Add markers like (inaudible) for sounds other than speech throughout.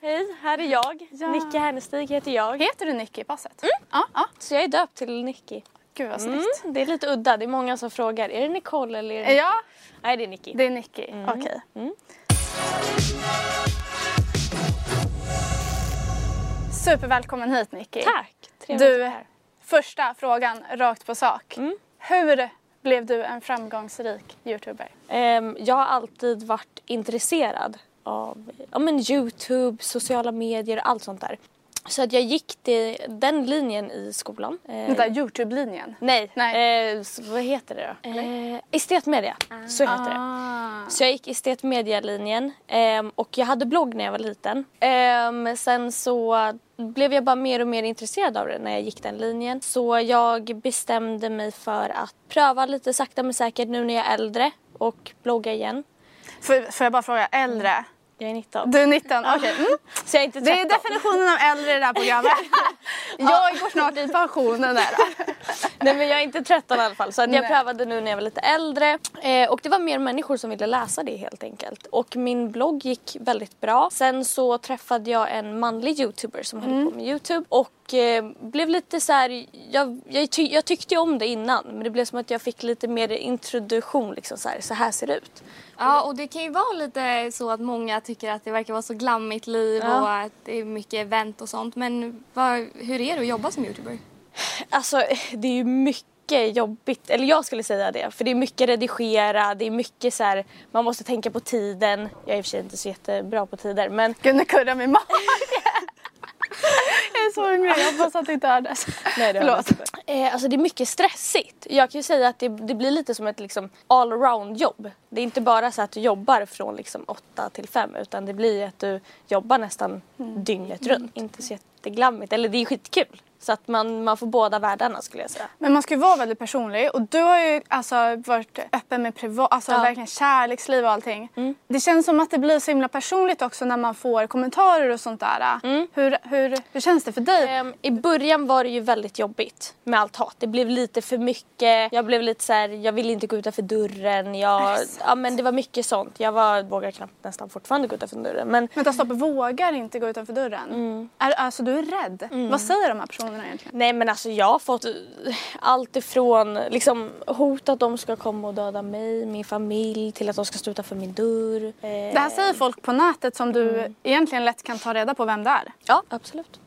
Hej, här är jag. Nicky Hernestig heter jag. Heter du Nicky i passet? Mm. Ja, ja. Så jag är döpt till Nicky. Gud vad Mm, snyggt. det är lite udda, det är många som frågar. Är det Nicole eller är det Ja, Nej, det är Nicky. det är Nicky. Mm. Okej. Supervälkommen hit Nicky. Tack! Trevligt att vara Du, här. Mm. första frågan rakt på sak. Hur blev du en framgångsrik youtuber? Ehm, jag har alltid varit intresserad av ja, men Youtube, sociala medier och allt sånt där. Så att jag gick det, den linjen i skolan. Ehm, Den där Youtube-linjen. Nej, Nej. Ehm, så vad heter det då? Eh, estetmedia, så heter det. Ah. Så jag gick estetmedialinjen ehm, och jag hade blogg när jag var liten. Ehm, sen så blev jag bara mer och mer intresserad av det när jag gick den linjen. Så jag bestämde mig för att pröva lite sakta men säkert nu när jag är äldre och blogga igen. Får, får jag bara fråga, äldre? Jag är 19. Du är 19, okej. Mm. Så jag är inte 13. Det är definitionen av äldre i det (laughs) här programmet. jag går snart i pensionen där. Nej men jag är inte 13 i alla fall. Så att jag Nej. prövade nu när jag var lite äldre. Eh, och det var mer människor som ville läsa det helt enkelt. Och min blogg gick väldigt bra. Sen så träffade jag en manlig youtuber som höll på med youtube. Och eh, blev lite så här, jag, jag, ty- jag tyckte ju om det innan. Men det blev som att jag fick lite mer introduktion liksom så här, så här ser det ut. Ja, och det kan ju vara lite så att många tycker att det verkar vara så glammigt liv Ja. och att det är mycket event och sånt. Men vad, hur är det att jobba som youtuber? Alltså (laughs) det är ju mycket jobbigt, eller jag skulle säga det. För det är mycket redigera, det är mycket så här, man måste tänka på tiden. Jag är i och för sig inte så jättebra på tider men Gud nu kurrar min mage. jag är så hungrig, jag hoppas att det inte hördes. Nej, det Förlåt. Eh, alltså det är mycket stressigt. Jag kan ju säga att det, det blir lite som ett liksom allround jobb. Det är inte bara så att du jobbar från liksom 8 till 5 utan det blir att du jobbar nästan dygnet runt. Mm. Inte så jätteglammigt. Eller det är skitkul. Så att man, man får båda världarna skulle jag säga. Men man ska ju vara väldigt personlig och du har ju alltså varit öppen med privat, alltså Ja. verkligen kärleksliv och allting. Det känns som att det blir så himla personligt också när man får kommentarer och sånt där. Hur, hur, hur känns det för dig? Ehm, I början var det ju väldigt jobbigt med allt hat. Det blev lite för mycket. Jag blev lite så här, jag ville inte gå utanför dörren. Jag, ja men det var mycket sånt. Jag var, vågar knappt nästan fortfarande gå utanför dörren. Men Vänta stopp, vågar inte gå utanför dörren? Är, alltså du är rädd? Vad säger de här personerna egentligen? Nej men alltså jag har fått eh, allt ifrån liksom, hot att de ska komma och döda mig, min familj, till att de ska stå utanför min dörr. Eh, Det här säger folk på nätet som du egentligen lätt kan ta reda på vem det är. Ja, absolut.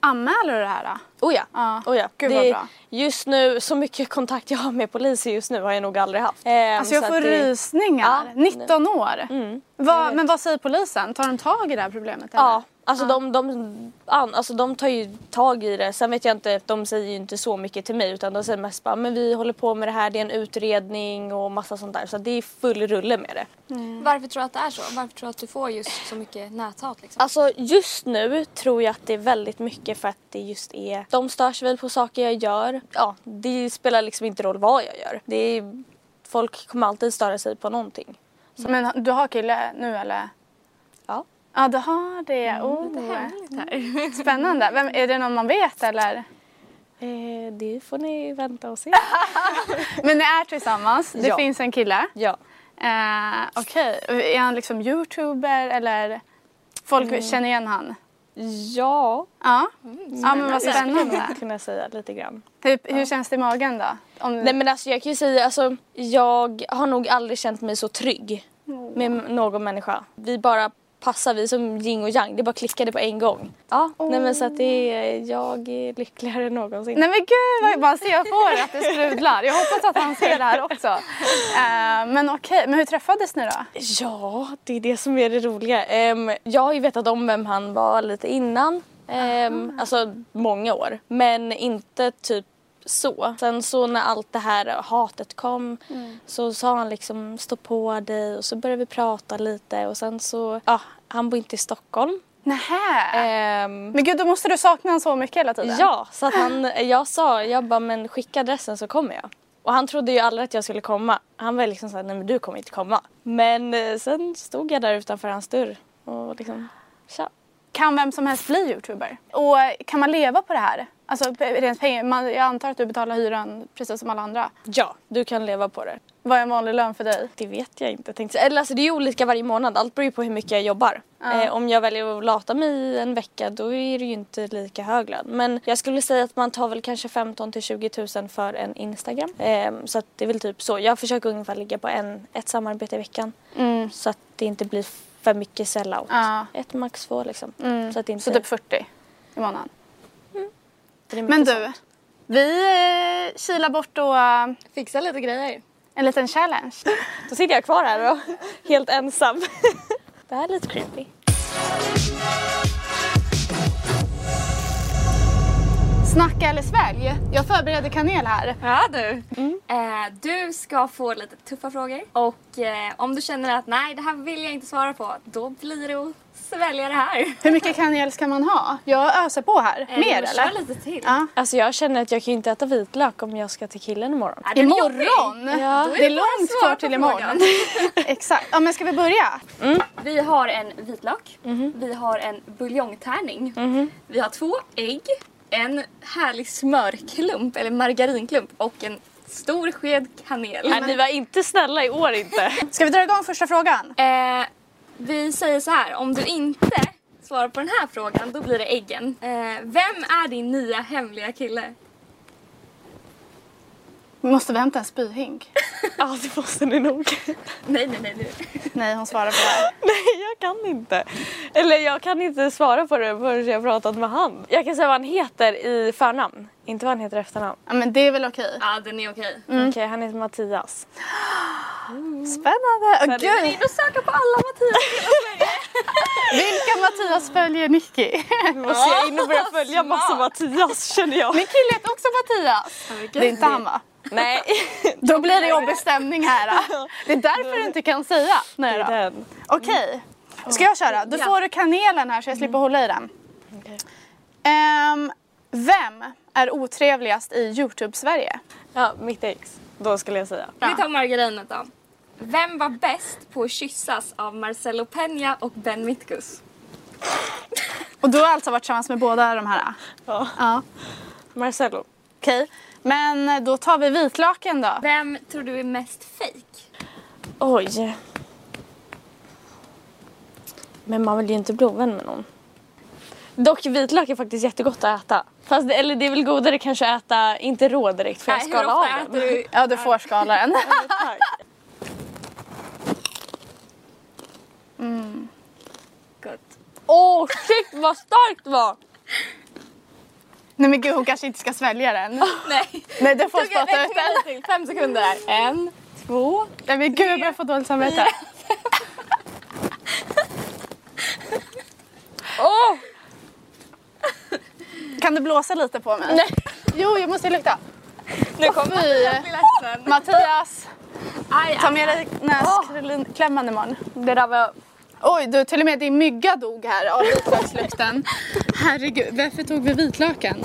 Anmäler du det här då? Oh ja. Ja, Oh ja. gud vad bra. Just nu, så mycket kontakt jag har med polisen just nu har jag nog aldrig haft. Eh, Alltså jag så får att det- Mm. rysningar. Ja. 19 år. Vad- men vad säger polisen? Tar de tag i det här problemet? eller? Ja, alltså, De, de, an, alltså de tar ju tag i det. Sen vet jag inte, de säger ju inte så mycket till mig utan de säger mest bara men vi håller på med det här, det är en utredning och massa sånt där. Så det är full rulle med det. Mm. Varför tror du att det är så? Varför tror du att du får just så mycket näthat liksom? Alltså just nu tror jag att det är väldigt mycket för att det just är... De stör sig väl på saker jag gör. Ja, det spelar liksom inte roll vad jag gör. Det är, folk kommer alltid störa sig på någonting. Men du har kille nu eller? Ja. Mm, Ja du har det. Oh. (laughs) Spännande. Vem, är det någon man vet eller? Eh, det får ni vänta och se. Men ni är tillsammans. Det Ja. finns en kille. ja. Eh, Okej. Är han liksom youtuber eller? Folk Mm. känner igen han? Ja, Ja. Mm, ja men vad spännande. (laughs) skulle jag säga lite grann. Hur, hur känns det i magen då? Om, Mm. Nej men alltså jag kan ju säga, alltså, jag har nog aldrig känt mig så trygg med någon människa. Vi bara passar, vi är som yin och yang, det bara klickade på en gång. Ja, nej men så att det är, jag är lyckligare än någonsin. Nej men gud, vad jag bara ser jag får att det sprudlar. Jag hoppas att han ser det här också. Eh, men okej, men hur träffades ni då? Ja, det är det som är det roliga. Ehm, jag har ju vetat om vem han var lite innan. Ehm, alltså många år. Men inte typ så. Sen så när allt det här hatet kom så sa han liksom stå på dig och så började vi prata lite och sen så, ja, han bor inte i Stockholm. Nähä. Ehm, Men gud, då måste du sakna honom så mycket hela tiden. Ja, så att han, jag sa, jag bara men skicka adressen så kommer jag. Och han trodde ju aldrig att jag skulle komma. Han var liksom såhär, nej men du kommer inte komma. Men eh, sen stod jag där utanför hans dörr och liksom, tja. Kan vem som helst bli youtuber? Och kan man leva på det här? Alltså p- rent pengar. Man, jag antar att du betalar hyran precis som alla andra. Ja, du kan leva på det. Vad är en vanlig lön för dig? Det vet jag inte tänkte jag. Eller alltså det är ju olika varje månad. Allt beror ju på hur mycket jag jobbar. Eh, om jag väljer att lata mig i en vecka då är det ju inte lika hög lön. Men jag skulle säga att man tar väl kanske 15 till 20 000 för en Instagram. Eh, så att det är väl typ så. Jag försöker ungefär ligga på en, ett samarbete i veckan. Så att det inte blir för mycket sellout. Mm. Ja. Ett max två liksom. Så att det inte Så typ 40 i månaden. det är mycket Men du, sånt. vi eh, kilar bort då eh, Fixa lite grejer. en liten challenge. Då sitter jag kvar här och (laughs) helt ensam. (laughs) det här är lite creepy. Snacka eller svälj. Jag förbereder kanel här. Ja du. Mm. Eh, du ska få lite tuffa frågor och eh, om du känner att nej det här vill jag inte svara på då blir det att svälja det här. Hur mycket kanel ska man ha? Jag öser på här. Eh, Mer du får eller? köra lite till. Ja. Alltså jag känner att jag kan ju inte äta vitlök om jag ska till killen imorgon. Ja, den är jobbig. Imorgon? Ja. Det är bara att långt kvar svara på till frågan. imorgon. (laughs) Exakt. Ja, men ska vi börja? Vi har en vitlök, vi har en buljongtärning, vi har två ägg, en härlig smörklump eller margarinklump och en stor sked kanel. Nej, ni var inte snälla i år inte. Ska vi dra igång första frågan? Eh, vi säger så här, om du inte svarar på den här frågan då blir det äggen. Eh, vem är din nya hemliga kille? Måste vi hämta en spyhink? (laughs) Ja, det måste ni nog. Nej, nej, nej nu. Nej, hon svarar på det här. (laughs) Nej, jag kan inte. Eller jag kan inte svara på det förrän jag pratat med han. Jag kan säga vad han heter i förnamn, inte vad han heter i efternamn. Ja, men det är väl okej? Ja, den är okej. Okej, han heter Mattias. Spännande! Åh, Du är gud. inne och söker på alla Mattias i hela Sverige. Vilka Mattias följer Nicky? Och så jag in och börjar följa massa Mattias känner jag. Min kille heter också Mattias. Det är inte han va? Nej, Då blir det jobbig stämning här. då. Det är därför du inte kan säga. det Nej är då. den. Okej, ska jag köra? Då Mm. Ja. Mm. får du kanelen här så jag slipper hålla i den. Ehm, vem är otrevligast i Youtube-Sverige? Ja, mitt ex. Då skulle jag säga. (laughs) Vi tar margarinet då. Vem var bäst på att kyssas av Marcelo Peña och Ben Mitkus? Och du har alltså varit tillsammans med båda de här? Ja. Ja. Marcello. Okej, men då tar vi vitlöken då. Vem tror du är mest fejk? Oj. Men man vill ju inte bli ovän med någon. Dock vitlök är faktiskt jättegott att äta. Fast det, eller det är väl godare kanske att äta, inte rå direkt för jag Nej, hur skalar ofta av äter den. du? Ja, du får skala den. (laughs) (laughs) Tack. Gott. Åh shit vad starkt det var! Nej men gud, hon kanske inte ska svälja (laughs) den. Nej. Nej, du får Tugga- spotta nej, ut tugga den. lite till. Fem sekunder här. En, två, Nej men gud, jag börjar få dåligt samvete. Åh! Kan du blåsa lite på mig? Nej. Jo, jag måste lukta. Nu kommer fy. lilla häxan. Mattias, Aj, ta aj. med dig näsklämman imorgon. Det där var... Oj, du, till och med din mygga dog här av vitlökslukten. Herregud, varför tog vi vitlöken?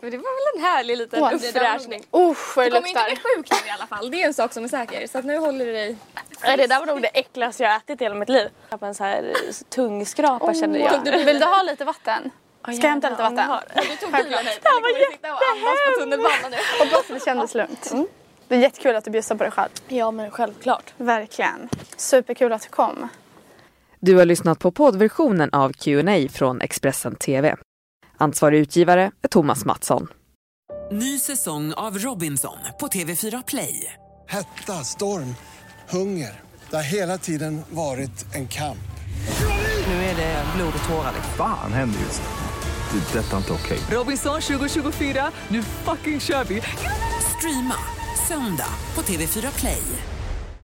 Men det var väl en härlig liten Åh, det där var- uppfräschning. Usch, vad Du det kommer inte bli luktar. sjuk nu i alla fall. Det är en sak som är säker. Så att nu håller du dig... Nej, det där var nog det äckligaste jag ätit i hela mitt liv. Jag har en så här eh, tungskrapa känner jag. Vill du ha lite vatten? Ska jag hämta lite vatten? Du tog bilen hit. Det här var jättehemskt. på tunnelbanan nu. Hoppas det kändes lugnt. Mm. Det är jättekul att du bjussar på dig själv. Ja men självklart. Verkligen. Superkul att du kom. Du har lyssnat på poddversionen av Q&A från Expressen TV. Ansvarig utgivare är Thomas Mattsson. Ny säsong av Robinson på TV4 Play. Hetta, storm, hunger. Det har hela tiden varit en kamp. Nu är det blod och tårar. liksom. Fan händer just nu. Det. är Detta är inte okej. Robinson 2024, nu fucking kör vi! Streama söndag på TV4 Play.